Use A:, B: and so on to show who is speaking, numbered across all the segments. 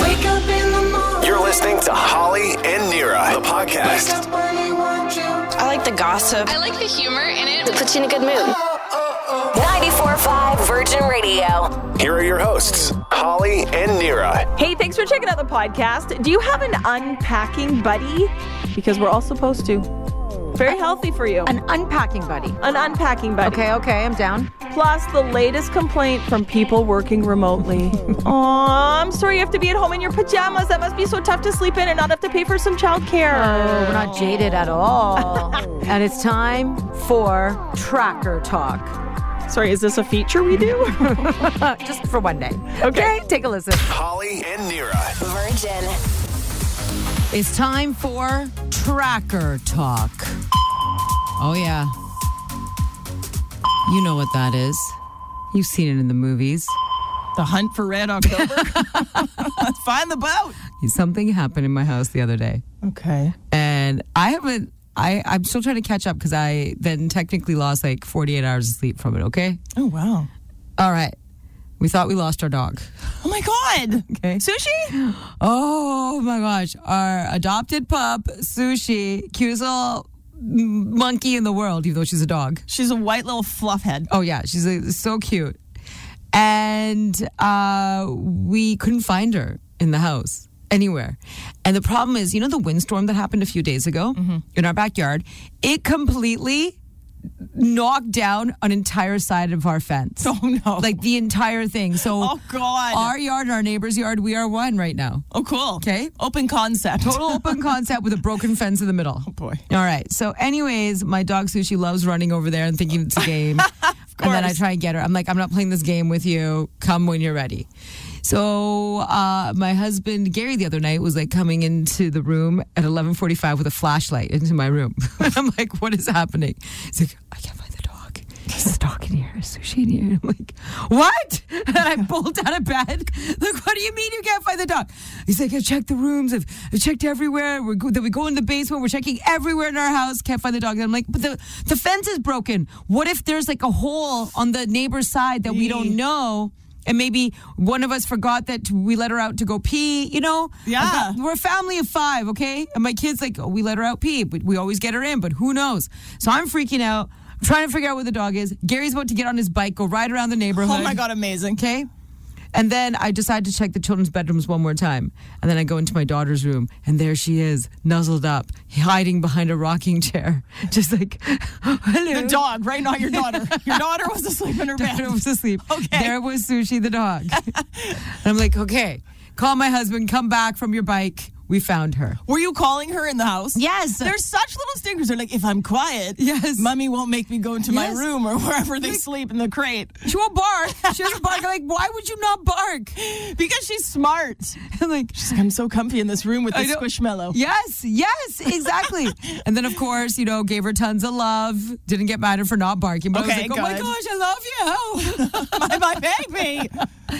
A: Wake up in the morning.
B: You're listening to Holly and Nira, the
A: Wake
B: podcast.
A: up when you want you.
C: I like the gossip.
D: I like the humor in it.
E: puts you in a good mood.
F: 94.5 Virgin Radio.
B: Here are your hosts, Holly and Nira.
G: Hey, thanks for checking out the podcast. Do you have an unpacking buddy? Because we're all supposed to. Very healthy for you.
H: An unpacking buddy.
G: An unpacking buddy.
H: Okay, okay, I'm down.
G: Plus, the latest complaint from people working remotely. Aw, I'm sorry you have to be at home in your pajamas. That must be so tough to sleep in and not have to pay for some childcare.
H: Oh, we're not jaded at all. and it's time for tracker talk.
G: Sorry, is this a feature we do?
H: Uh, just for one day.
G: Okay.
H: take a listen.
B: Holly and Nira.
F: Virgin.
H: It's time for tracker talk. Oh, yeah. You know what that is. You've seen it in the movies.
I: The hunt for Red October. Find the boat.
H: Something happened in my house the other day.
I: Okay.
H: and I haven't. I I'm still trying to catch up because I then technically lost like 48 hours of sleep from it. Okay.
I: Oh wow.
H: All right. We thought we lost our dog.
I: Oh my God.
H: Okay.
I: Sushi.
H: Oh my gosh, our adopted pup Sushi, cutest little m- monkey in the world, even though she's a dog.
I: She's a white little fluff head.
H: Oh yeah, she's like, so cute. And uh, we couldn't find her in the house anywhere. And the problem is, you know, the windstorm that happened a few days ago
I: Mm-hmm.
H: in our backyard, it completely knocked down an entire side of our fence.
I: Oh, no.
H: Like the entire thing. So,
I: Oh, God.
H: our yard, and our neighbor's yard, we are one right now.
I: Oh cool.
H: Okay.
I: Open concept.
H: Total open concept with a broken fence in the middle. Oh
I: Oh. boy.
H: All right. So, anyways, my dog Sushi loves running over there and thinking it's a game. And then I
I: course.
H: try and get her. I'm like, I'm not playing this game with you. Come when you're ready. So uh, my husband Gary the other night was like coming into the room at 11:45 with a flashlight into my room. and I'm like, what is happening? He's like, I can't find the dog. There's a dog in here. A sushi in here. And I'm like, what? And I bolt out of bed. Like, what do you mean you can't find the dog? He's like, I checked the rooms. I've, I checked everywhere. We're go- then we go in the basement. We're checking everywhere in our house. Can't find the dog. And I'm like, but the, the fence is broken. What if there's like a hole on the neighbor's side that we don't know? And maybe one of us forgot that we let her out to go pee, you know?
I: Yeah.
H: I've got- we're a family of five, okay? And my kid's like, oh, we let her out pee, but we always get her in, but who knows? So I'm freaking out, trying to figure out where the dog is. Gary's about to get on his bike, go ride around the neighborhood.
I: Oh my God. Amazing.
H: Okay. And then I decide to check the children's bedrooms one more time. And then I go into my daughter's room, and there she is, nuzzled up, hiding behind a rocking chair. Just like, hello.
I: The dog, right? Not your daughter. Your daughter was asleep in her bed.
H: daughter was asleep.
I: Okay.
H: There was Sushi the dog. and I'm like, okay, call my husband, come back from your bike. We found her.
I: Were you calling her in the house?
H: Yes.
I: They're such little stinkers. They're like, if I'm quiet,
H: Yes.
I: mommy won't make me go into
H: Yes.
I: my room or wherever they sleep in the crate
H: She won't bark. She doesn't bark. I'm like, why would you not bark?
I: because she's smart.
H: I'm like,
I: She's like, I'm so comfy in this room with
H: I
I: this
H: know.
I: squishmallow.
H: Yes, yes, exactly. and then, of course, you know, gave her tons of love. Didn't get mad at her for not barking, but I
I: Okay,
H: was like, oh my
I: good.
H: gosh, I love you.
I: my, my baby.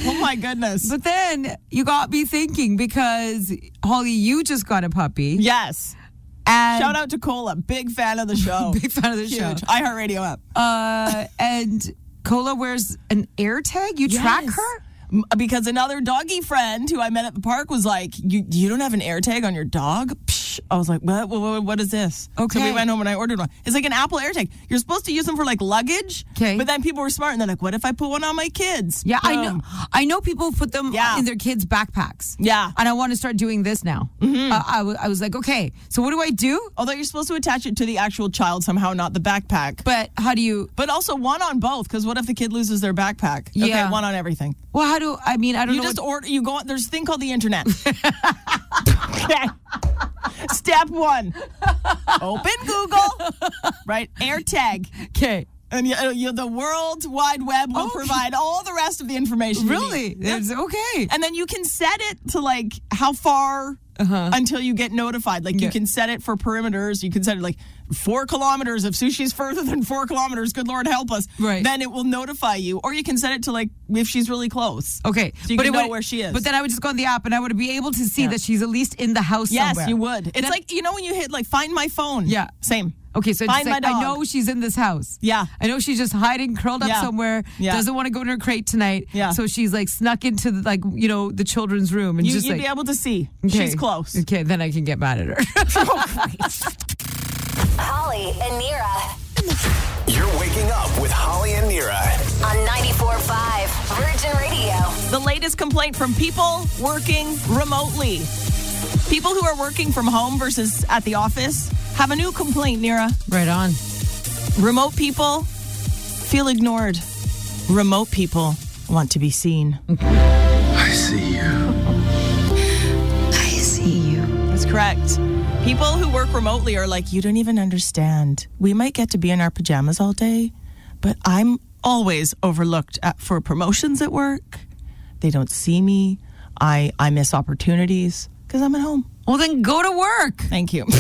I: Oh my goodness.
H: But then you got me thinking because Holly, you just got a puppy.
I: yes.
H: And
I: Shout out to Cola, big fan of the show.
H: Big fan of the
I: Huge.
H: show.
I: iHeartRadio app.
H: Uh, and Cola wears an air tag. You track
I: Yes.
H: her?
I: M- Because another doggy friend who I met at the park was like, "You you don't have an air tag on your dog?" Psh. I was like, what, what, what- what is this?" So
H: Okay.
I: we went home and I ordered one. It's like an Apple air tag. You're supposed to use them for like luggage.
H: 'Kay.
I: But then people were smart and they're like, "What if I put one on my kids?"
H: Yeah, I
I: Boom.
H: know. I know people put them
I: Yeah.
H: in their kids' backpacks.
I: Yeah. Mm-hmm.
H: and I want to start doing this now. Uh, I, w- I was like, okay, so what do I do?
I: Although you're supposed to attach it to the actual child somehow, not the backpack.
H: But how do you?
I: But also one on both, because what if the kid loses their backpack?
H: Yeah.
I: Okay, one on everything.
H: Well, how do I mean? I don't
I: You
H: know.
I: just
H: what-
I: order. You go. on There's a thing called the internet. okay. Step one: open Google, right? AirTag,
H: okay.
I: and you, you, the World Wide Web will
H: Oh.
I: provide all the rest of the information. you need.
H: Really? It's okay.
I: And then you can set it to like how far until you get notified. Like
H: Uh-huh. Yeah.
I: you can set it for perimeters. You can set it like four kilometers. If sushi's further than four kilometers, good Lord help us.
H: Right.
I: Then it will notify you. Or you can set it to like if she's really close.
H: Okay.
I: So you can
H: it
I: know
H: would-
I: where she is.
H: But then I would just go on the app and I would be able to see that she's at least in the house
I: Yes,
H: somewhere.
I: you would. It's like you know when you hit like find my phone.
H: Yeah.
I: same.
H: Okay, so it's
I: Find
H: like,
I: my
H: I
I: dog.
H: know she's in this house.
I: Yeah.
H: I know she's just hiding, curled up
I: Yeah.
H: somewhere.
I: Yeah.
H: Doesn't want to go in her crate tonight.
I: Yeah.
H: So she's like snuck into the, like you know the children's room and
I: You,
H: just
I: you'd
H: like
I: be able to see.
H: okay.
I: She's close.
H: Okay, then I can get mad at her.
C: Holly and Nira
B: You're waking up with Holly and Nira.
C: on 94.5 Virgin Radio.
I: The latest complaint from people working remotely. People who are working from home versus at the office have a new complaint, Nira.
H: right on.
I: Remote people feel ignored. Remote people want to be seen. I see you. I see you. That's correct. People who work remotely are like, you don't even understand. We might get to be in our pajamas all day, but I'm always overlooked at, for promotions at work. They don't see me. I, I miss opportunities because I'm at home.
H: Well, then go to work.
I: Thank you.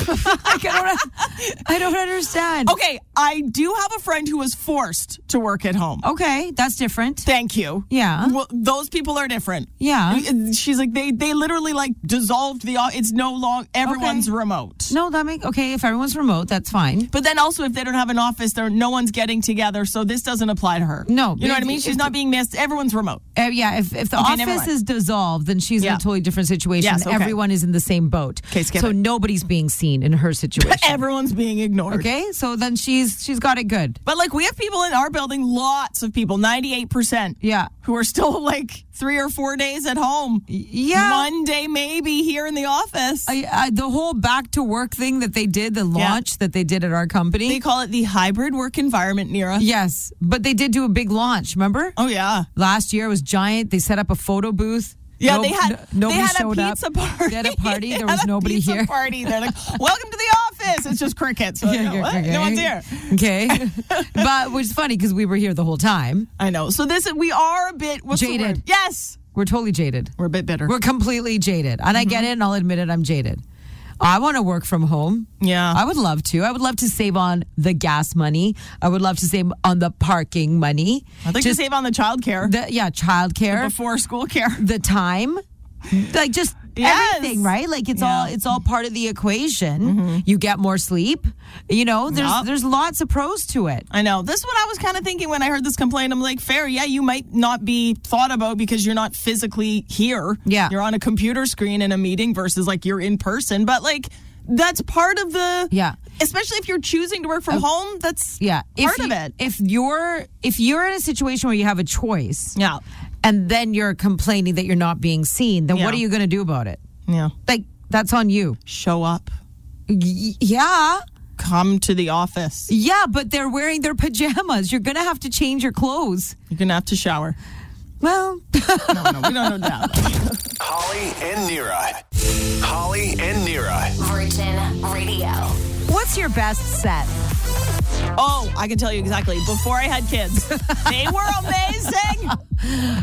H: Like, I don't. I don't understand.
I: okay, I do have a friend who was forced to work at home.
H: Okay, that's different.
I: Thank you.
H: Yeah.
I: Well, those people are different. Uh,
H: Yeah.
I: She's like they they literally like dissolved the. It's no long. Everyone's
H: Okay.
I: remote.
H: No, that make okay. If everyone's remote, that's fine.
I: But then also, if they don't have an office, there no one's getting together, so this doesn't apply to her.
H: No,
I: you know what I
H: if-
I: mean. She's
H: if-
I: not being missed. Everyone's remote.
H: Uh, yeah, if, if the
I: Okay, never
H: office
I: mind.
H: is dissolved, then she's in
I: Yeah.
H: a totally different situation.
I: Yes, okay.
H: Everyone is in the same boat.
I: Okay, skip
H: so
I: it.
H: nobody's being seen in her situation.
I: Everyone's being ignored.
H: okay, so then she's she's got it good.
I: But like we have people in our building, lots of people, ninety eight percent.
H: Yeah.
I: Who are still like three or four days at home.
H: Yeah.
I: One day maybe here in the office.
H: I, I, the whole back to work thing that they did, the launch that they did at our company.
I: they call it the hybrid work environment, Nira.
H: yes, but they did do a big launch. Remember
I: Oh yeah.
H: last year it was giant. They set up a photo booth.
I: Yeah,
H: No-
I: they had
H: no- nobody
I: they had
H: showed
I: a pizza
H: up.
I: party.
H: They had a party.
I: They
H: There
I: had
H: was
I: a
H: nobody
I: pizza
H: here.
I: Party. They're like, "Welcome to the office." It's just crickets. So,
H: Yeah,
I: you know,
H: yeah,
I: what?
H: okay.
I: No one's here.
H: Okay, but which is funny because we were here the whole time.
I: I know. So this we are a bit what's the word?
H: Jaded.
I: Yes,
H: We're totally jaded.
I: we're a bit bitter.
H: We're completely jaded. And I
I: Mm-hmm.
H: get it, and I'll admit it, I'm jaded. I want to work from home.
I: Yeah.
H: I would love to. I would love to save on the gas money. I would love to save on the parking money.
I: I'd like
H: Just
I: to save on the childcare,
H: the yeah, childcare,
I: before school care.
H: the time. Like just
I: Yes.
H: everything, right? Like it's all
I: Yeah. Mm-hmm.
H: it's all part of the equation. You get more sleep. You know, there's
I: Yup.
H: there's lots of pros to it.
I: I know. This is what I was kind of thinking when I heard this complaint. I'm like, fair, yeah, you might not be thought about because you're not physically here.
H: Yeah.
I: You're on a computer screen in a meeting versus like you're in person. But like, that's part of the.
H: Yeah. Oh.
I: Especially if you're choosing to work from home, that's
H: Yeah.
I: part
H: you,
I: of it.
H: If you're if you're in a situation where you have a choice
I: yeah.
H: and then you're complaining that you're not being seen, then what
I: Yeah.
H: are you going to do about it?
I: Yeah.
H: Like, that's on you.
I: Show up.
H: Y- yeah.
I: Come to the office.
H: Yeah, but they're wearing their pajamas. You're going to have to change your clothes.
I: You're going to have to shower.
H: Well,
I: No, no, we don't know that.
B: Holly and Nira. Holly and Nira.
C: Virgin Radio.
H: what's your best set?
I: Oh, I can tell you exactly. Before I had kids, they were amazing.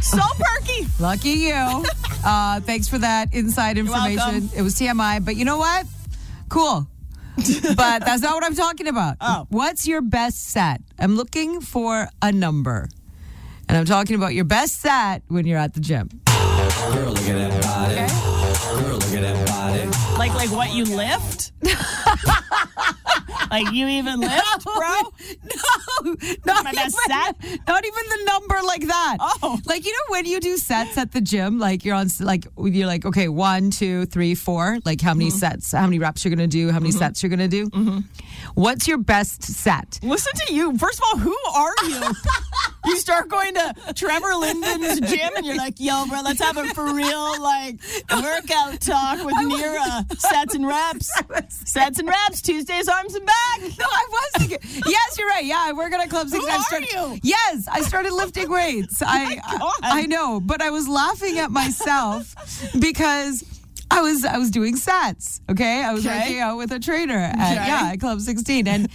I: So perky.
H: Lucky you. Uh, thanks for that inside information.
I: welcome.
H: It was TMI, but you know what? Cool. but that's not what I'm talking about.
I: Oh.
H: What's your best set? I'm looking for a number. And I'm talking about your best set when you're at the gym.
I: Like like what you lift? like you even lift, bro?
H: No, not
I: My
H: even,
I: best set?
H: not even the number like that.
I: Oh.
H: like you know when you do sets at the gym, like you're on, s- like you're like, okay, one, two, three, four. Like how many
I: Mm-hmm.
H: sets, how many reps you're gonna do, how many sets you're gonna do. What's your best set?
I: Listen to you. First of all, who are you? you start going to Trevor Linden's gym and you're like, yo, bro, let's have a for real like workout talk with Nira. Sets and reps. Sets and reps. Tuesdays arms and back.
H: No, I was thinking. yes, you're right. Yeah, I work at a club. Six
I: Who
H: I've
I: are
H: started-
I: you?
H: Yes, I started lifting weights. I,
I: God.
H: I I know, but I was laughing at myself because. I was I was doing sets, okay? I was
I: Okay.
H: working out with a trainer at
I: Okay.
H: yeah, at Club 16 and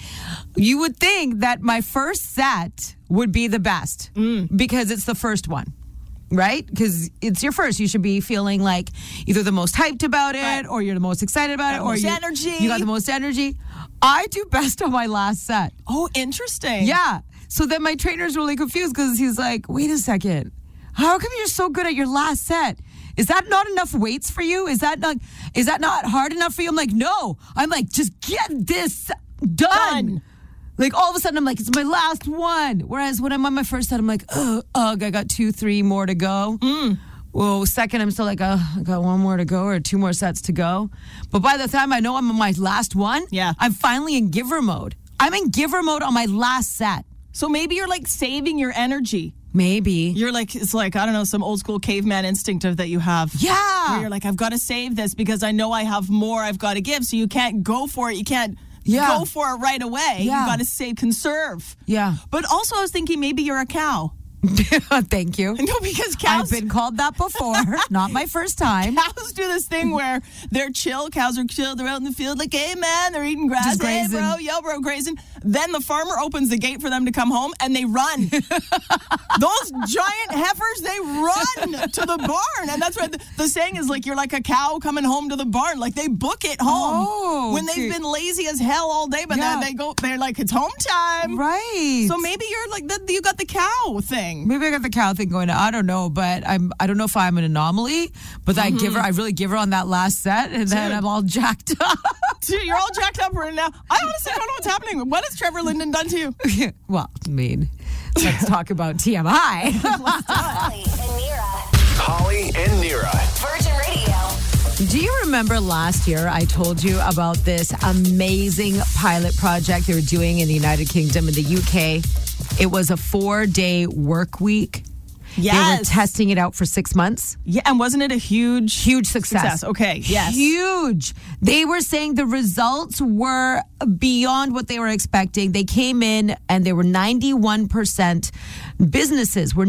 H: you would think that my first set would be the best
I: Mm.
H: because it's the first one. Right? Cuz it's your first. You should be feeling like either the most hyped about it
I: Right.
H: or you're the most excited about it
I: Got
H: or
I: most
H: you
I: energy.
H: you got the most energy. I do best on my last set.
I: Oh, interesting.
H: Yeah. So then my trainer's really confused because he's like, wait a second. How come you're so good at your last set? Is that not enough weights for you? Is that not is that not hard enough for you? I'm like, no. I'm like, just get this done.
I: Done.
H: Like all of a sudden, I'm like, it's my last one. Whereas when I'm on my first set, I'm like, ugh, ugh I got two, three more to go. Mm. Well, second, I'm still like, oh, I got one more to go or two more sets to go. But by the time I know I'm on my last one,
I: Yeah.
H: I'm finally in giver mode. I'm in giver mode on my last set.
I: So maybe you're like saving your energy.
H: Maybe.
I: You're like, it's like, I don't know, some old school caveman instinct of that you have.
H: Yeah.
I: Where you're like, I've got to save this because I know I have more I've got to give. So you can't go for it. You can't
H: Yeah.
I: go for it right away.
H: Yeah.
I: You've got to save, conserve.
H: Yeah.
I: But also, I was thinking maybe you're a cow.
H: Thank you.
I: No, because
H: I've
I: cows.
H: been called that before. Not my first time.
I: Cows do this
H: Mm-hmm.
I: thing where they're chill. Cows are chill. They're out in the field, like, hey man, they're eating grass.
H: Just
I: Hey
H: grazing.
I: bro, yo bro, grazing. Then the farmer opens the gate for them to come home, and they run. Those giant heifers, they run to the barn, and that's why the, the saying is like, you're like a cow coming home to the barn. Like they book it home
H: Oh,
I: when they've
H: okay.
I: been lazy as hell all day, but
H: Yeah.
I: then they go, they're like, it's home time.
H: Right.
I: So maybe you're like, that. you got the cow thing.
H: Maybe I got the cow thing going. on. I don't know, but I'm I don't know if I'm an anomaly, but I give her I really give her on that last set and then I'm all jacked up.
I: Dude, you're all jacked up right now. I honestly don't know what's happening. What has Trevor Linden done to you?
H: well, I mean, let's talk about TMI.
C: Holly and Nira.
B: Holly and Nira.
C: Virgin Radio.
H: Do you remember last year I told you about this amazing pilot project they were doing in the United Kingdom and the UK? It was a 4-day work week. They were testing it out for 6 months.
I: yeah, and wasn't it a huge,
H: huge success.
I: Success, okay, yes.
H: Huge. They were saying the results were beyond what they were expecting. They came in and they were 91%. Businesses were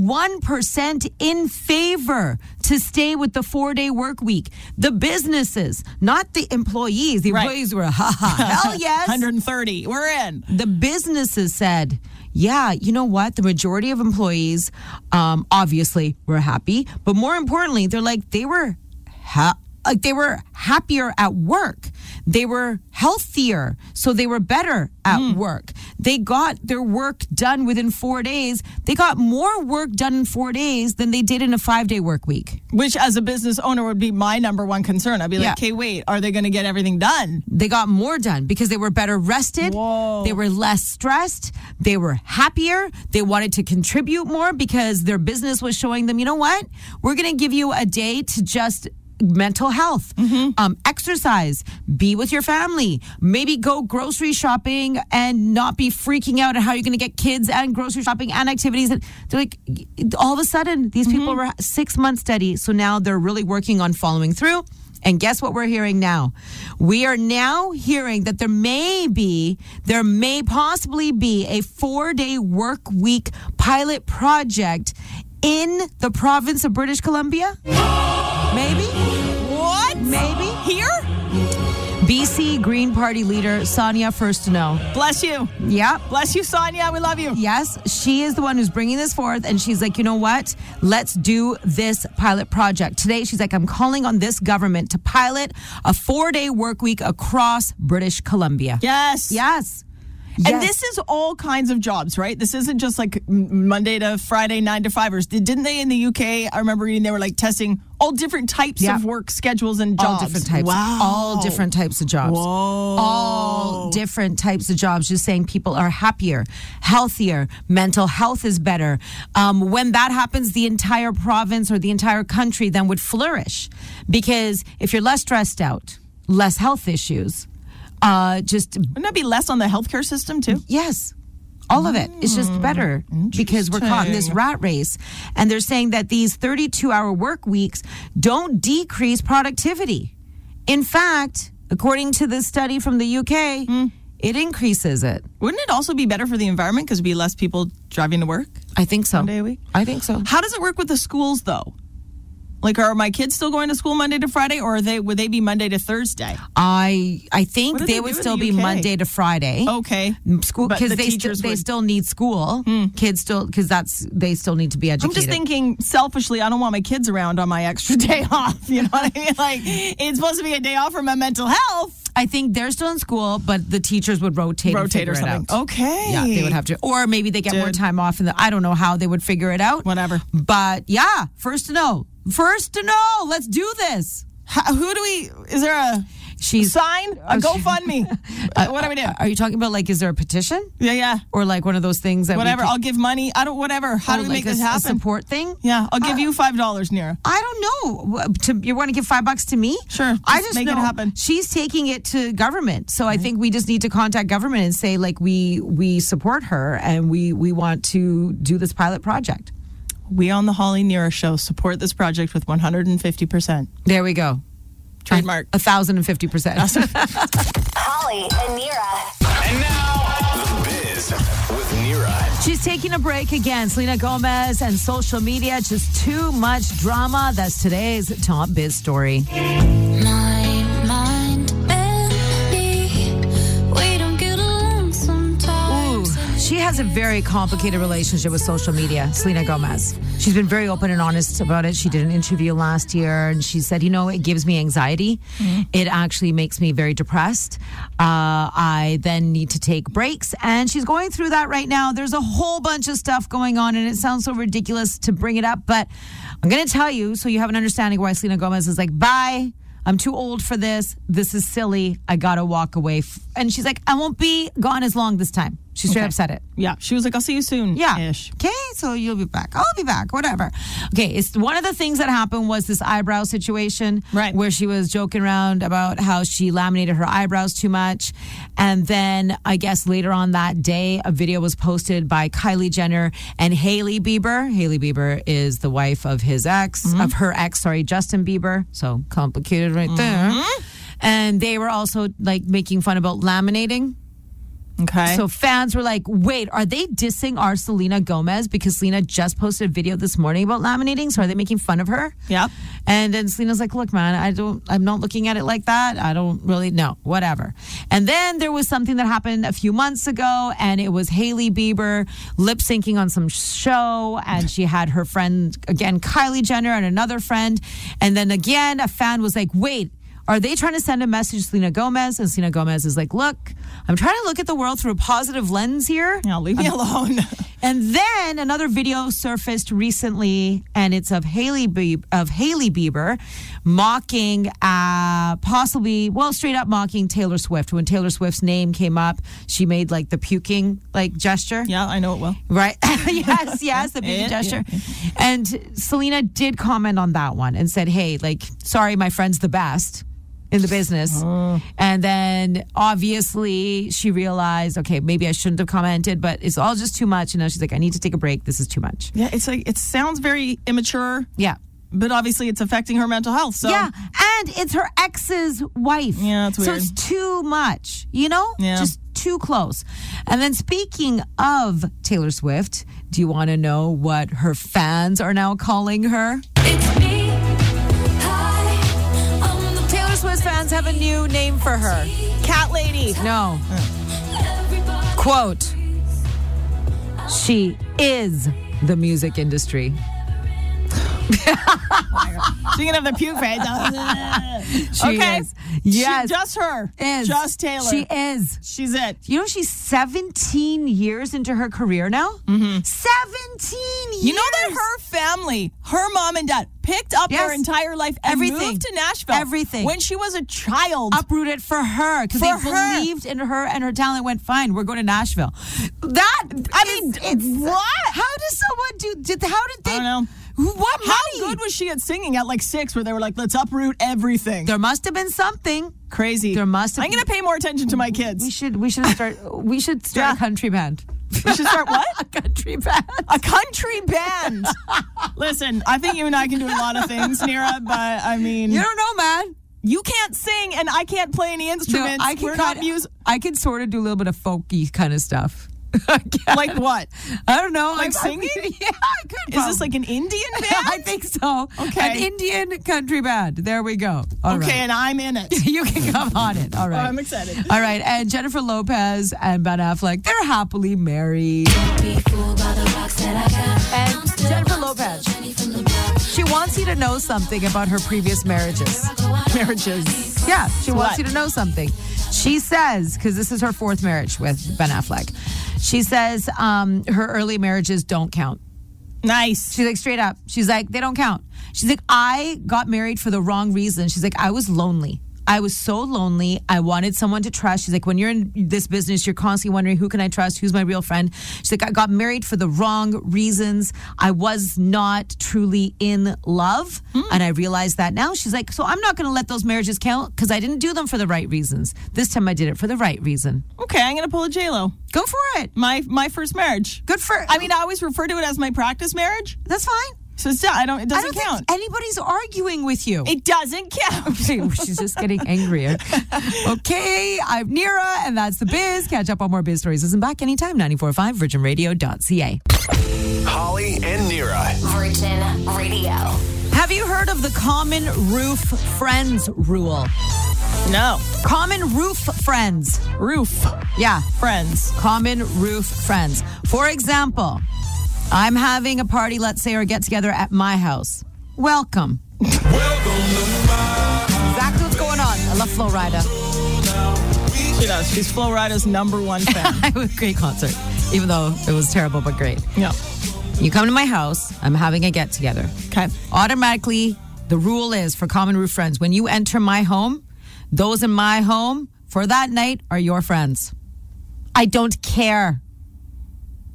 H: 91% in favor to stay with the four day work week. The businesses, not the employees. The
I: Right.
H: employees were, ha ha, hell yes.
I: 130? We're in.
H: The businesses said, yeah, you know what? The majority of employees um, obviously were happy, but more importantly, they're like, they were. Ha- like they were happier at work. They were healthier. So they were better at work. They got their work done within four days. They got more work done in four days than they did in a five day work week.
I: Which, as a business owner, would be my number one concern. I'd be like,
H: Yeah.
I: okay, wait, are they going to get everything done?
H: They got more done because they were better rested.
I: Whoa.
H: They were less stressed. They were happier. They wanted to contribute more because their business was showing them, you know what? We're going to give you a day to just mental health, um, exercise, be with your family, maybe go grocery shopping and not be freaking out at how you're going to get kids and grocery shopping and activities. And they're like, all of a sudden, these people were six months steady. So now they're really working on following through. And guess what we're hearing now? We are now hearing that there may be, there may possibly be a four day work week pilot project in the province of British Columbia. Maybe?
I: What?
H: Maybe?
I: Here?
H: BC Green Party leader Sonia Firstino.
I: Bless you.
H: Yep.
I: Bless you, Sonia. We love you.
H: Yes, she is the one who's bringing this forth, and she's like, you know what? Let's do this pilot project. Today, she's like, I'm calling on this government to pilot a four day work week across British Columbia.
I: Yes.
H: Yes.
I: And this is all kinds of jobs, right? This isn't just like m- Monday to Friday, nine to fivers. Did- Didn't they in the UK? I remember reading they were like testing all different types
H: Yeah.
I: of work schedules and
H: all
I: jobs.
H: different types.
I: Wow. Oh.
H: All different types of jobs.
I: Whoa.
H: All different types of jobs. Just saying people are happier, healthier, mental health is better. Um, when that happens, the entire province or the entire country then would flourish. Because if you're less stressed out, less health issues, uh, just
I: Wouldn't that be less on the healthcare system too?
H: Yes. All of it. It's
I: Hmm.
H: just better because we're caught in this rat race. And they're saying that these 32 hour work weeks don't decrease productivity. In fact, according to this study from the UK,
I: Hmm.
H: it increases it.
I: Wouldn't it also be better for the environment because there'd be less people driving to work?
H: I think so. One
I: day a week?
H: I think so.
I: How does it work with the schools though? Like, are my kids still going to school Monday to Friday, or are they would they be Monday to Thursday?
H: Oh. I I think
I: What do
H: they,
I: they
H: would
I: do in
H: still
I: the
H: be
I: UK?
H: Monday to Friday.
I: Okay,
H: School
I: But
H: because
I: the
H: they still
I: teachers
H: they
I: would- Hmm.
H: still need school. Kids still because that's they still need to be
I: I'm
H: educated.
I: just thinking selfishly. I don't want my kids around on my extra day off. You know what I mean? Like, it's supposed to be a day off for my mental health.
H: I think they're still in school, but the teachers would rotate, and
I: Rotate
H: figure
I: or
H: it
I: something.
H: out.
I: Okay.
H: Yeah, they would have to, or maybe they get more
I: Dude.
H: time off, and the, I don't know how they would figure it out.
I: Whatever.
H: But yeah, first to know, first to know. Let's do this.
I: How, who do we? Is there a?
H: She's. Oh,
I: Sign a GoFundMe.
H: Uh,
I: what do we do?
H: Are you talking about like, is there a petition?
I: Yeah, yeah.
H: Or like one of those things that
I: Whatever.
H: We Oh,
I: I'll give money. I don't. Whatever. How do we
H: like
I: make
H: a,
I: this
H: a
I: happen?
H: support Uh, thing?
I: Yeah, I'll give you five dollars, Nira.
H: I don't know. Wh- To, you want to give five bucks to me?
I: Sure,
H: I
I: just
H: just
I: make it
H: know
I: happen.
H: she's taking it to government, so I think we just need to contact government and say like we we support her and we we want to do this pilot project.
I: We on the Holly Nira show support this project with one hundred and fifty percent
H: There we go.
I: trademark.
H: A thousand and fifty percent.
C: Holly and Nira.
B: And now, The Biz with Nira.
H: She's taking a break again. Selena Gomez and social media. Just too much drama. That's today's top biz story.
D: My mind and me, we don't get along sometimes.
H: She has a very complicated relationship with social media, Selena Gomez. She's been very open and honest about it. She did an interview last year and she said, You know, it gives me anxiety. It actually makes me very depressed. Uh, I then need to take breaks. And she's going through that right now. There's a whole bunch of stuff going on, and it sounds so ridiculous to bring it up, but I'm going to tell you so you have an understanding why Selena Gomez is like, Bye. I'm too old for this. This is silly. I gotta walk away. F- And she's like, I won't be gone as long this time. She straight up said it.
I: Yeah, she was like, "I'll see you soon."
H: Yeah.
I: Ish.
H: Okay, so you'll be back. I'll be back. Whatever. Okay, it's one of the things that happened was this eyebrow situation,
I: Right.
H: Where she was joking around about how she laminated her eyebrows too much, and then I guess later on that day, a video was posted by Kylie Jenner and Haley Bieber. Haley Bieber is the wife of his ex,
I: Mm-hmm.
H: of her ex, sorry, Justin Bieber. So complicated, right
I: Mm-hmm.
H: there. And they were also like making fun about laminating.
I: Okay.
H: So fans were like, wait, are they dissing our Selena Gomez? Because Selena just posted a video this morning about laminating. So are they making fun of her?
I: Yep.
H: And then Selena's like, look, man, I don't, I'm not looking at it like that. I don't really know, whatever. And then there was something that happened a few months ago, and it was Haley Bieber lip syncing on some show, and she had her friend, again, Kylie Jenner, and another friend. And then again, a fan was like, wait, are they trying to send a message to Selena Gomez? And Selena Gomez is like, look, I'm trying to look at the world through a positive lens here.
I: now leave me alone.
H: And then another video surfaced recently, and it's of Haley Bieber, of Haley Bieber mocking, uh, possibly, well, straight up mocking Taylor Swift. When Taylor Swift's name came up, she made like the puking like gesture.
I: yeah, I know it will.
H: Right. yes, yes, the beauty
I: Yeah,
H: gesture. And Selena did comment on that one and said, "Hey, like sorry my friend's the best in the business."
I: Uh.
H: And then obviously she realized, "Okay, maybe I shouldn't have commented, but it's all just too much." And now she's like, "I need to take a break. This is too much."
I: Yeah, it's like it sounds very immature,
H: Yeah.
I: but obviously it's affecting her mental health. So
H: Yeah, and it's her ex's wife.
I: Um, Yeah, it's
H: So
I: weird.
H: it's too much, you know?
I: Yeah.
H: Just too close. And then speaking of Taylor Swift, do you want to know what her fans are now calling her?
D: It's me. Hi, I'm the
H: Taylor Swift fans have a new name for her.
I: cat lady.
H: No.
D: everybody.
H: Quote She is the music industry.
I: Speaking of the puke face,
H: She
I: Okay.
H: is.
I: she-
H: Yes.
I: just her,
H: is.
I: just Taylor.
H: She is.
I: She's it.
H: You know, she's 17 years into her career now? Mm-hmm. 17 years.
I: You know that her family, her mom and dad, picked up
H: Yes.
I: her entire life and
H: Everything.
I: moved to Nashville.
H: Everything.
I: When she was a child.
H: uprooted for her because they
I: For her.
H: believed in her and her talent went fine we're going to nashville that
I: I
H: is-
I: mean,
H: it's
I: what?
H: how does someone do did how did they
I: don't know.
H: Who- what
I: How
H: money
I: good was she at singing at like six where they were like, let's uproot everything?
H: there must have been something
I: Crazy.
H: There must have
I: I'm going to pay more attention to my
H: we
I: kids.
H: should we should start we should start
I: Yeah.
H: a country band
I: We should start what?
H: a country band
I: A country band. Listen, I think you and I can do a lot of things, Nira, but I mean,
H: you don't know man
I: you can't sing and I can't play any instruments.
H: I can
I: We're not
H: kinda-
I: music.
H: i can sort of do a little bit of folky kind of stuff
I: Like what?
H: i don't know
I: Like
H: I'm- I'm-
I: singing?
H: yeah i could
I: Is this like an Indian band?
H: I think so.
I: Okay.
H: An Indian country band. There we go. All
I: Okay,
H: right.
I: and I'm in it.
H: you can come on it. All right.
I: I'm excited.
H: All right. And Jennifer Lopez and Ben Affleck, they're happily married.
D: Be fooled by the rocks that I got. I'm
H: And
D: still
H: Jennifer Lopez,
D: Jenny from the block.
H: she wants you to know something about her previous marriages.
I: Marriages.
H: Yeah, she wants
I: What?
H: you to know something. She says, because this is her fourth marriage with Ben Affleck, she says um, her early marriages don't count.
I: Nice.
H: She's like, straight up. She's like, they don't count. She's like, I got married for the wrong reason. She's like, I was lonely. I was so lonely. I wanted someone to trust. She's like, when you're in this business, you're constantly wondering who can I trust? Who's my real friend? She's like, I got married for the wrong reasons. I was not truly in love.
I: Hmm.
H: And I realized that now. She's like, so I'm not going to let those marriages count because I didn't do them for the right reasons. This time I did it for the right reason.
I: Okay, I'm gonna pull a J Lo.
H: Go for it.
I: My my first marriage.
H: Good for
I: I mean, I always refer to it as my practice marriage.
H: that's fine.
I: So it's not, I don't. It
H: I
I: doesn't
H: don't
I: count.
H: think anybody's arguing with you.
I: it doesn't count.
H: She- She's just getting angrier. Okay, I'm Nira, and that's the biz. Catch up on more biz stories. Listen back anytime, 945 virginradio.ca.
B: Holly and Nira.
C: Virgin Radio.
H: Have you heard of the common roof friends rule?
I: No.
H: Common roof friends.
I: Roof
H: Yeah,
I: friends.
H: common roof friends. For example, I'm having a party, let's say, or get together at my house. Welcome. Exactly what's going on. I love Flo Rida.
I: She knows. She's Flo Rida's number one fan.
H: It was a great concert, even though it was terrible, but great.
I: no.
H: You come to my house, I'm having a get together.
I: Okay.
H: Automatically, the rule is for common roof friends when you enter my home, those in my home for that night are your friends. I don't care.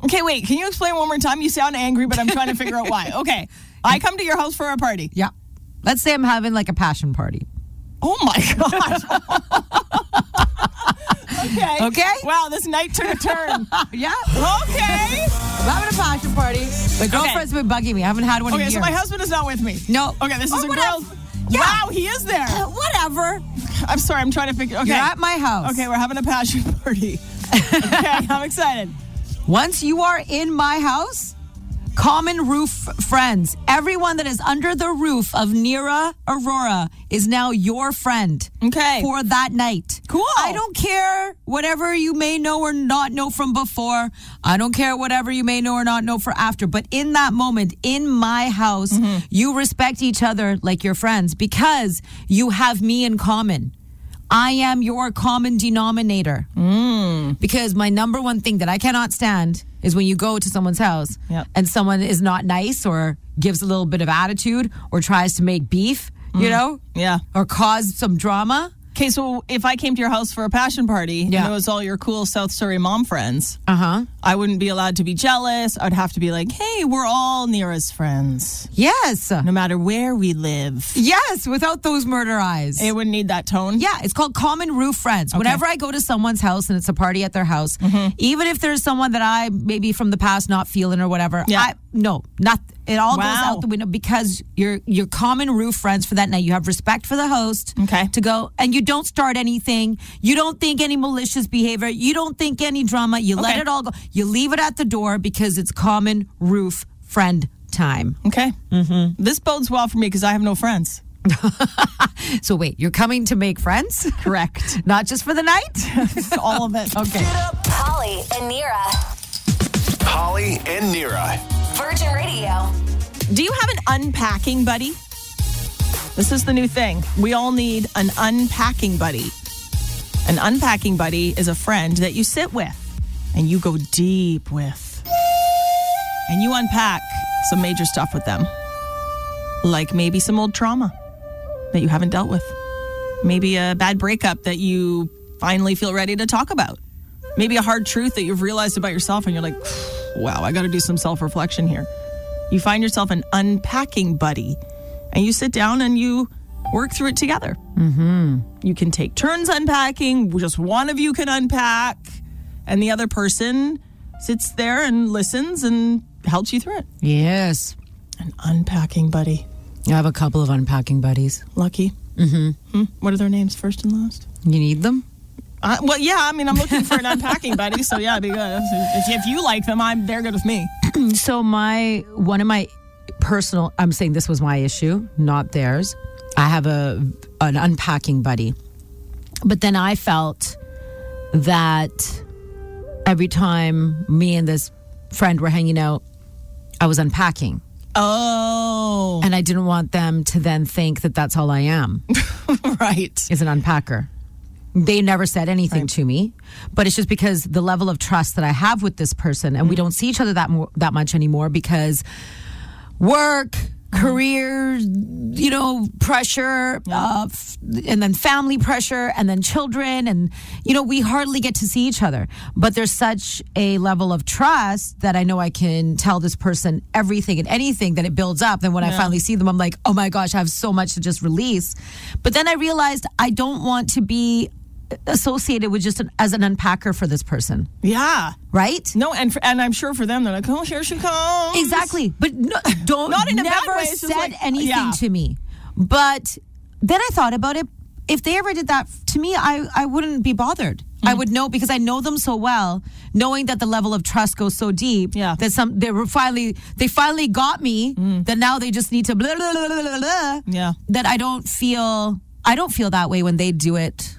I: Okay. Wait. Can you explain one more time? You sound angry, but I'm trying to figure out why. Okay. I come to your house for a party.
H: Yeah. Let's say I'm having like a passion party.
I: Oh my god. okay.
H: Okay.
I: Wow. This night took a turn.
H: Yeah.
I: okay.
H: I'm having a passion party. My girlfriend's been bugging me. I haven't had one in
I: Okay.
H: years.
I: So my husband is not with me.
H: No.
I: Okay. This is
H: Or
I: a
H: whatever.
I: girl.
H: Yeah.
I: Wow. He is there.
H: Uh, Whatever.
I: I'm sorry. I'm trying to figure. Okay.
H: You're at my house.
I: Okay, we're having a passion party. okay, I'm excited.
H: Once you are in my house, common roof friends, everyone that is under the roof of Nira Aurora is now your friend.
I: Okay.
H: For that night.
I: Cool.
H: I don't care whatever you may know or not know from before. I don't care whatever you may know or not know for after. But in that moment, in my house,
I: Mm-hmm.
H: you respect each other like your friends because you have me in common. I am your common denominator because my number one thing that I cannot stand is when you go to someone's house
I: Yep.
H: and someone is not nice or gives a little bit of attitude or tries to make beef, you know,
I: Mm. Yeah.
H: or cause some drama.
I: Okay, so if I came to your house for a passion party
H: Yeah.
I: and it was all your cool South Surrey mom friends,
H: Uh huh.
I: I wouldn't be allowed to be jealous. I'd have to be like, hey, we're all Nira's friends,
H: Yes.
I: no matter where we live.
H: Yes, without those murder eyes.
I: It wouldn't need that tone.
H: Yeah, it's called common roof friends. Whenever I go to someone's house and it's a party at their house,
I: Mm-hmm.
H: even if there's someone that I maybe from the past not feeling or whatever,
I: Yeah.
H: I no, not it all goes
I: Wow.
H: out the window because you're you're common roof friends for that night. You have respect for the host
I: Okay.
H: to go and you don't start anything. You don't think any malicious behavior. You don't think any drama. You let
I: Okay.
H: it all go. You leave it at the door because it's common roof friend time.
I: Okay. Mm-hmm. This bodes well for me because I have no friends.
H: So wait, you're coming to make friends?
I: Correct.
H: Not just for the night?
I: all of it. Okay.
C: Holly and Nira.
B: Holly and Nira.
C: Virgin Radio.
I: Do you have an unpacking buddy? This is the new thing. We all need an unpacking buddy. An unpacking buddy is a friend that you sit with and you go deep with. And you unpack some major stuff with them. Like maybe some old trauma that you haven't dealt with. Maybe a bad breakup that you finally feel ready to talk about. Maybe a hard truth that you've realized about yourself and you're like, wow, I got to do some self reflection here you find yourself an unpacking buddy and you sit down and you work through it together. Mm-hmm. You can take turns unpacking, just one of you can unpack, and the other person sits there and listens and helps you through it.
H: yes.
I: An unpacking buddy.
H: I have a couple of unpacking buddies.
I: Lucky. Mm-hmm. What are their names, first and last?
H: You need them?
I: Uh, well, yeah, I mean, I'm looking for an unpacking buddy, so yeah, it'd be good. If, if you like them, I'm they're good with me.
H: So my one of my personal I'm saying this was my issue, not theirs. I have a an unpacking buddy. But then I felt that every time me and this friend were hanging out, I was unpacking.
I: Oh,
H: And I didn't want them to then think that that's all I am.
I: right.
H: is an unpacker. They never said anything to me, but it's just because the level of trust that I have with this person, and we don't see each other that mo- that much anymore because work, career, you know, pressure, uh, f- and then family pressure, and then children, and you know, we hardly get to see each other. But there's such a level of trust that I know I can tell this person everything and anything that it builds up. Then when I finally see them, I'm like, oh my gosh, I have so much to just release. But then I realized I don't want to be associated with just an, as an unpacker for this person,
I: Yeah.
H: right?
I: No, and for, and I'm sure for them, they're like, oh, here she comes.
H: Exactly. But no, don't
I: Not in a bad
H: never
I: way, it's just
H: said
I: like-
H: anything
I: yeah.
H: to me. But then I thought about it. If they ever did that to me, I, I wouldn't be bothered.
I: Mm.
H: I would know because I know them so well, knowing that the level of trust goes so deep
I: Yeah. Mm.
H: that some they were finally they finally got me that now they just need to blah, blah, blah, blah, blah, blah,
I: Yeah.
H: that I don't feel I don't feel that way when they do it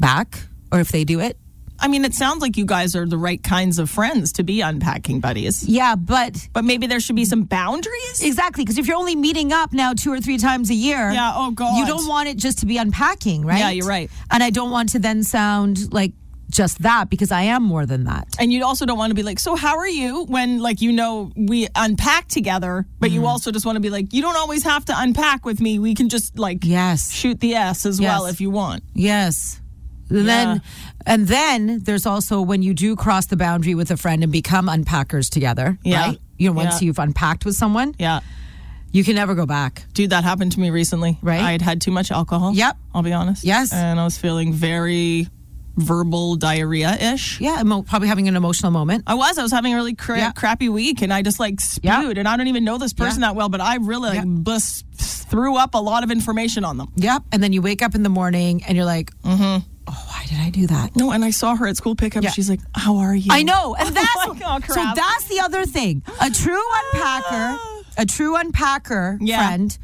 H: back or if they do it.
I: I mean, it sounds like you guys are the right kinds of friends to be unpacking buddies.
H: Yeah, but
I: But maybe there should be some boundaries.
H: Exactly, because if you're only meeting up now two or three times a year,
I: Yeah, oh God.
H: you don't want it just to be unpacking, right?
I: Yeah, you're right.
H: And I don't want to then sound like just that because I am more than that.
I: And you also don't want to be like, so how are you? When like you know we unpack together, but you
H: Mm-hmm.
I: also just want to be like, you don't always have to unpack with me. We can just like
H: Yes.
I: shoot the s as well
H: Yes.
I: if you want.
H: Yes. And Then and then there's also when you do cross the boundary with a friend and become unpackers together,
I: Yeah.
H: right? You know, once
I: Yeah.
H: you've unpacked with someone,
I: Yeah,
H: you can never go back.
I: dude, that happened to me recently.
H: Right?
I: I had had too much alcohol.
H: Yep.
I: I'll be honest.
H: Yes.
I: and I was feeling very verbal diarrhea ish.
H: Yeah, emo- probably having an emotional moment.
I: I was. I was having a really cra-
H: Yeah.
I: crappy week, and I just like spewed. And I don't even know this person
H: Yeah.
I: that well, but I really like,
H: Yeah.
I: bus- threw up a lot of information on them.
H: Yep. And then you wake up in the morning and you're like,
I: Mm-hmm.
H: oh, why did I do that?
I: No, and I saw her at school pickup.
H: Yeah.
I: She's like, "How are you?"
H: I know, and that's
I: Oh, crap.
H: so that's the other thing. A true unpacker, a true unpacker
I: Yeah.
H: friend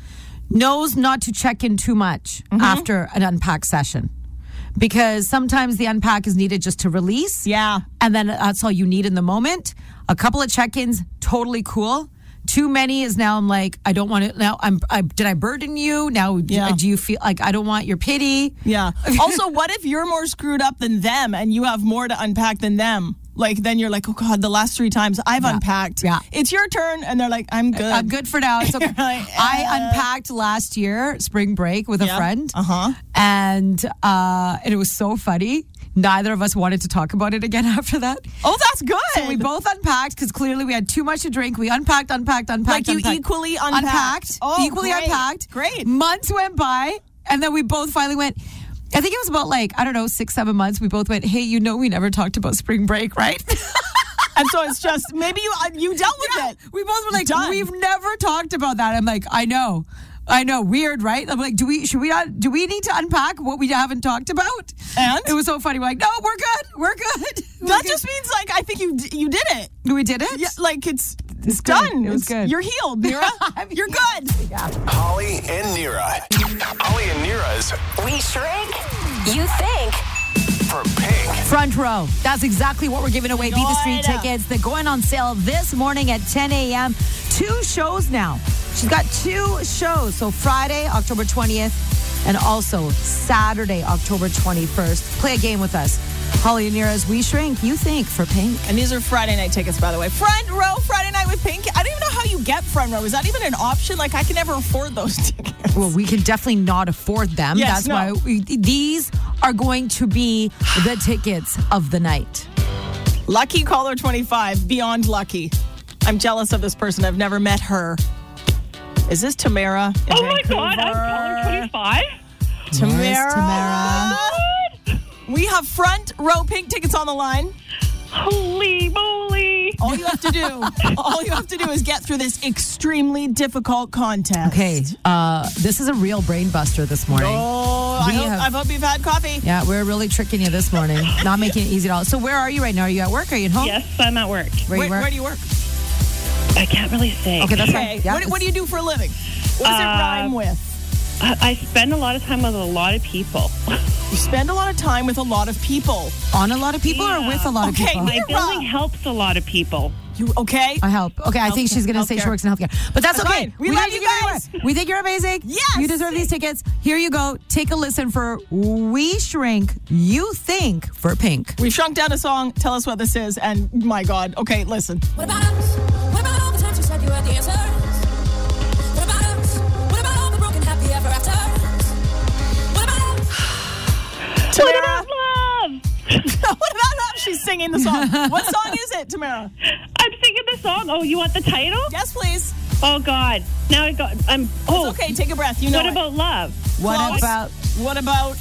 H: knows not to check in too much
I: Mm-hmm.
H: after an unpack session. Because sometimes the unpack is needed just to release.
I: Yeah.
H: And then that's all you need in the moment. A couple of check-ins, totally cool. Too many is now I'm like, I don't want it now. I'm I did I burden you? Now d-
I: Yeah.
H: do you feel like I don't want your pity?
I: Yeah. also, what if you're more screwed up than them and you have more to unpack than them? Like, then you're like, oh God, the last three times I've unpacked.
H: Yeah.
I: It's your turn. And they're like, I'm good.
H: I'm good for now. It's okay.
I: Right.
H: I unpacked last year, spring break, with a
I: Uh, Yeah.
H: friend.
I: Uh-huh.
H: And uh, and it was so funny. Neither of us wanted to talk about it again after that.
I: Oh, that's good.
H: So we both unpacked because clearly we had too much to drink. We unpacked, unpacked,
I: Like
H: unpacked.
I: you
H: unpacked.
I: equally unpacked. Oh,
H: equally
I: great.
H: unpacked.
I: Great.
H: Months went by, and then we both finally went. I think it was about like I don't know six, seven months. We both went. Hey, you know, we never talked about spring break, right?
I: and so it's just, maybe you uh, you dealt with it.
H: We both were like,
I: Done.
H: we've never talked about that. I'm like, I know. I know, weird, right? I'm like, do we should we not do we need to unpack what we haven't talked about?
I: And?
H: it was so funny. We're like, no, we're good, we're good. We're
I: That
H: good.
I: just means like, I think you d- you did it.
H: we did it.
I: Yeah, like it's, it's,
H: good.
I: done.
H: It was
I: It's-
H: good.
I: You're healed, Mira. you're good.
B: Holly and Nira. Holly and Nira's
C: We shrink. You think.
B: for Pink.
H: Front row. That's exactly what we're giving away. Beat the Street
I: Good.
H: tickets. They're going on sale this morning at 10 a.m. Two shows now. She's got two shows. So Friday, October 20th, and also Saturday, October 21st. Play a game with us. Holly and Nira's We Shrink, You Think for Pink.
I: And these are Friday night tickets, by the way. Front row Friday night with Pink. I don't even know how you get front row. Is that even an option? Like, I can never afford those tickets.
H: Well, we can definitely not afford them.
I: Yes,
H: That's
I: no.
H: why we, these are going to be the tickets of the night.
I: Lucky caller 25, beyond lucky. I'm jealous of this person. I've never met her. Is this Tamara? in
E: Oh my god,
I: Vancouver?
E: I'm caller 25.
I: Tamara.
H: Yes, Tamara.
I: We have front row pink tickets on the line.
E: Holy moly.
I: All you have to do, all you have to do is get through this extremely difficult contest.
H: Okay, uh, this is a real brain buster this morning.
I: Oh, I
H: We
I: hope,
H: have-
I: I hope you've had coffee.
H: Yeah, we're really tricking you this morning. Not making it easy at all. So where are you right now? Are you at work? Are you at home?
E: Yes, I'm at work.
H: Where,
I: Where,
H: you work?
I: where do you work?
E: I can't really say.
H: okay, that's
I: Okay.
H: fine. Yeah,
I: what, what do you do for a living? What does it
E: Uh,
I: rhyme with?
E: I, I spend a lot of time with a lot of people.
I: You spend a lot of time with a lot of people.
H: it's on a lot of people or with a lot
I: Okay,
H: of people?
I: we-
E: My
I: You're
E: building
I: wrong.
E: helps a lot of people.
I: You okay?
H: I help. Okay, I think she's going to say she
I: Healthcare.
H: works in healthcare. But that's
I: That's
H: okay.
I: fine. We love
H: like
I: you
H: give it
I: guys.
H: away. We think you're amazing.
I: Yes.
H: You deserve these tickets. Here you go. Take a listen for We Shrink, You Think for Pink.
I: We've shrunk down a song. Tell us what this is. And my God. Okay, listen.
D: What about us? What about all the times you said you were the answers? What about
I: singing the song. what song is it, Tamara?
E: I'm singing the song. Oh, you want the title?
I: Yes, please.
E: Oh God. Now I got. I'm. Oh.
I: Okay, take a breath. You know
E: What
I: it.
E: about love?
I: Close.
F: What about
I: What about?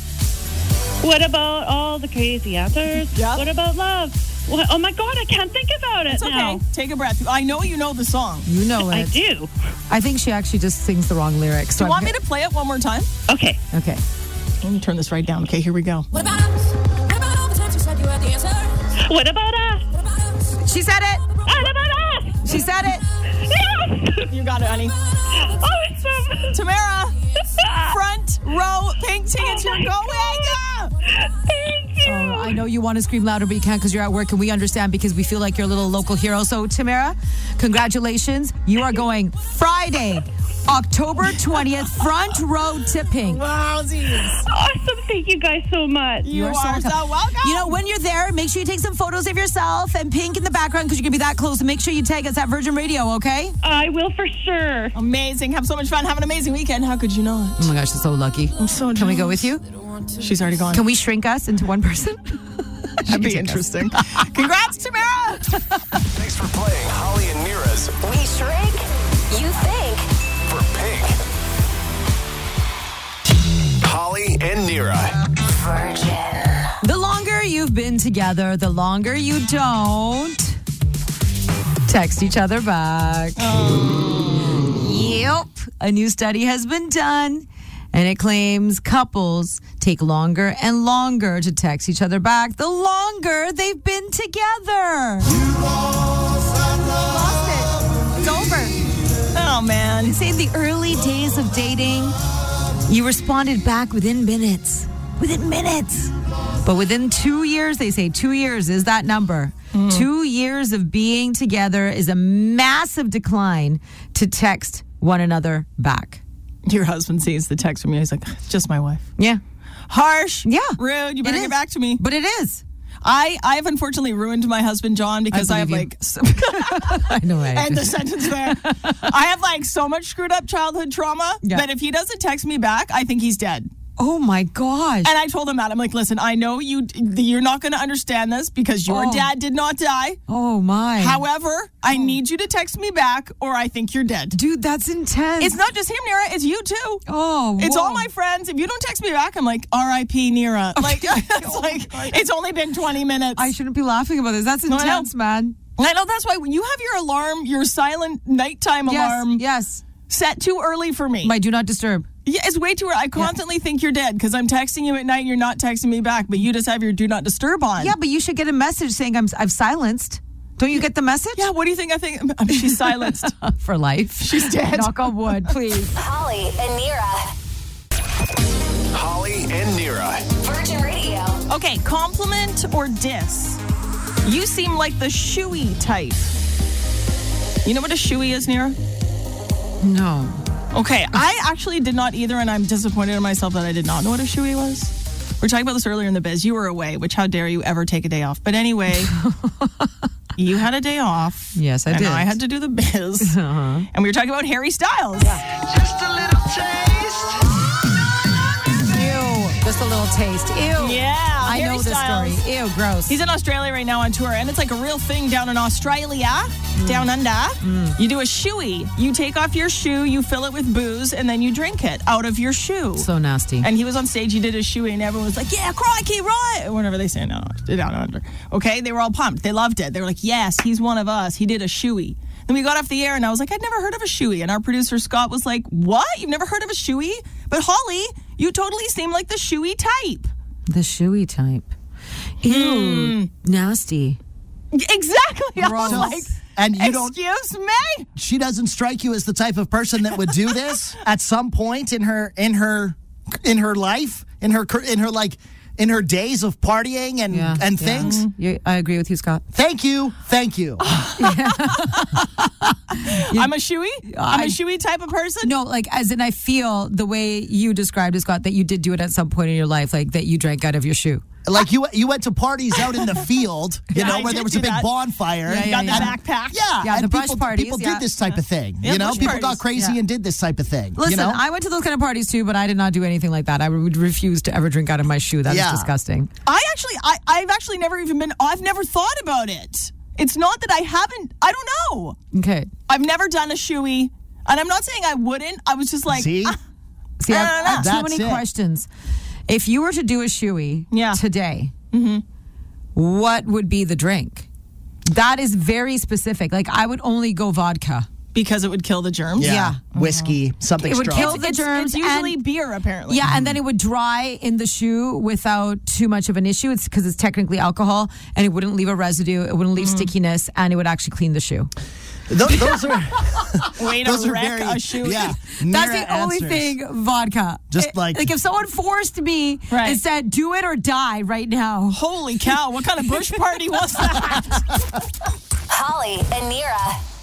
E: What about all the crazy answers?
I: Yeah.
E: What about love? What, oh my God, I can't think about it
I: It's okay.
E: now.
I: Take a breath. I know you know the song. Do
H: You know it.
E: I do.
H: I think she actually just sings the wrong lyrics. So
I: you want me to play it one more time?
E: Okay.
H: Okay.
I: Let me turn this right down. Okay, here we go.
D: What about us? What about all the times you said you had the answer?
E: What about us?
D: What about us?
H: She said it.
E: What about us?
H: She said it.
E: Yes! Oh,
I: You got it, honey.
D: Oh,
E: Awesome.
I: Tamara, front row, pink tickets. You're going.
E: Thank you.
H: Oh, I know you want to scream louder, but you can't because you're at work, and we understand because we feel like you're a little local hero. So, Tamara, congratulations. You are going Friday, October 20th, front row to pink.
I: Wowsies.
E: Awesome. Thank you guys so much.
I: You, are so welcome.
H: You know, when you're there, make sure you take some photos of yourself and pink in the background because you're going to be that close. And make sure you tag us at Virgin Radio, okay?
E: I will for sure.
I: amazing. Have so much fun. Have an amazing weekend. How could you not?
H: Oh my gosh, that's so lucky.
I: I'm so
H: Can we go with you?
I: She's already gone.
H: Can we shrink us into one person?
I: That'd be interesting. Congrats, Tamara.
B: Thanks for playing Holly and Nira's
C: We shrink, you think.
B: for Pink. Holly and Nira.
H: The longer you've been together, the longer you don't text each other back. Yep. A new study has been done. And it claims couples take longer and longer to text each other back the longer they've been together.
I: It's over. Oh man.
H: Say the early days of dating, you responded back within minutes. Within minutes. But within two years, they say two years is that number.
I: Mm.
H: Two years of being together is a massive decline to text one another back.
I: Your husband sees the text from you. He's like, just my wife.
H: Yeah.
I: Harsh.
H: Yeah.
I: Rude. You better
H: It
I: get
H: is.
I: back to me.
H: But it is.
I: I I have unfortunately ruined my husband John because I, have
H: believe you.
I: like so,
H: I know I
I: end the sentence there. I have like so much screwed up childhood trauma
H: Yeah.
I: that if he doesn't text me back, I think he's dead.
H: Oh my gosh.
I: And I told him that I'm like, listen, I know you you're not going to understand this because your
H: Oh.
I: dad did not die.
H: Oh my.
I: However, I need you to text me back or I think you're dead.
H: Dude, that's intense.
I: It's not just him, Nira. It's you too.
H: Oh,
I: It's
H: whoa.
I: all my friends. If you don't text me back, I'm like, R.I.P. Nira. Like, it's like it's only been 20 minutes.
H: Oh I shouldn't be laughing about this. That's
I: I know.
H: intense, man.
I: I know that's why when you have your alarm, your silent nighttime alarm
H: Yes. Yes.
I: set too early for me.
H: My do not disturb.
I: yeah, it's way too early. I constantly think you're dead because I'm texting you at night and you're not texting me back, but you just have your do not disturb on.
H: Yeah, but you should get a message saying I'm I've silenced. Don't you get the message?
I: Yeah, what do you think I think? Um, She's silenced.
H: For life.
I: She's dead.
H: Knock on wood, please.
C: Holly and Nira.
B: Holly and Nira.
C: Virgin Radio.
I: Okay, compliment or diss? You seem like the shoey type. You know what a shoey is, Nira?
H: No.
I: Okay, I actually did not either, and I'm disappointed in myself that I did not know what a shoey was. We are talking about this earlier in the biz. You were away, which how dare you ever take a day off? But anyway, you had a day off.
H: Yes, I
I: and
H: did. Uh-huh.
I: I had to do the biz, and we were talking about Harry Styles.
A: Just a little taste.
H: Ew. Just a little taste. Ew.
I: Yeah,
H: I
I: Harry
H: know this
I: Styles.
H: story. Ew, gross.
I: He's in Australia right now on tour, and it's like a real thing down in Australia,
H: Mm.
I: down under. You do a shoey. You take off your shoe, you fill it with booze, and then you drink it out of your shoe.
H: so nasty.
I: and he was on stage, he did a shoey, and everyone was like, yeah, crikey, right? Or whatever they say down, down under. Okay, they were all pumped. They loved it. They were like, yes, he's one of us. He did a shoey. Then we got off the air, and I was like, I'd never heard of a shoey. And our producer, Scott, was like, what? You've never heard of a shoey? But Holly, you totally seem like the shoey type.
H: the shoey type. Ew.
I: Hmm.
H: Nasty.
I: Exactly. I was
H: Gross.
I: like,
J: And you don't.
I: Excuse me?
J: She doesn't strike you as the type of person that would do this at some point in her in her in her life in her cur- in her like in her days of partying and
H: Yeah.
J: and
H: yeah.
J: things.
H: You- I agree with you, Scott.
J: Thank you, thank you.
I: I'm a shoey? I'm a
H: I-
I: shoey type of person?
H: No, like as in I feel the way you described it, Scott, that you did do it at some point in your life, like that you drank out of your shoe.
J: Like you, you went to parties out in the field, you
I: Yeah,
J: know,
I: I
J: where
I: did
J: there was a
I: do
J: big
I: that.
J: bonfire.
H: Yeah, yeah,
I: Got
H: yeah.
I: the backpack.
J: Yeah,
H: Yeah,
J: and
H: the brunch
J: people,
H: parties,
J: People
H: yeah.
J: did this type of thing.
I: Yeah,
J: you know,
I: brunch
J: people got
I: parties,
J: crazy
I: yeah.
J: and did this type of thing.
H: Listen,
J: you know?
H: I went to those kind of parties too, but I did not do anything like that. I would refuse to ever drink out of my shoe. That is
J: Yeah.
H: disgusting.
I: I actually, I, I've actually never even been. I've never thought about it. It's not that I haven't. I don't know.
H: Okay.
I: I've never done a shoey, and I'm not saying I wouldn't. I was just like,
J: See,
I: ah,
H: See, I have, I have too
J: That's
H: many
J: it.
H: questions. If you were to do a shoey
I: Yeah.
H: today, what would be the drink? That is very specific. Like I would only go vodka.
I: because it would kill the germs.
J: yeah,
H: yeah.
J: whiskey, something
H: It would
J: strong.
H: kill the
I: It's,
H: germs.
I: it's usually
H: and-
I: beer, apparently.
H: yeah, and then it would dry in the shoe without too much of an issue. It's because it's technically alcohol, and it wouldn't leave a residue. It wouldn't leave stickiness, and it would actually clean the shoe.
J: Tho- those are
I: way to
J: those are
I: wreck
J: very
I: a shoey.
J: yeah.
H: That's
J: Nira
H: the only
J: answers.
H: thing vodka.
J: Just
H: It-
J: like-
H: like if someone forced me
I: Right.
H: and said, "Do it or die," right now.
I: Holy cow! What kind of bush party was that?
C: Holly and Nira.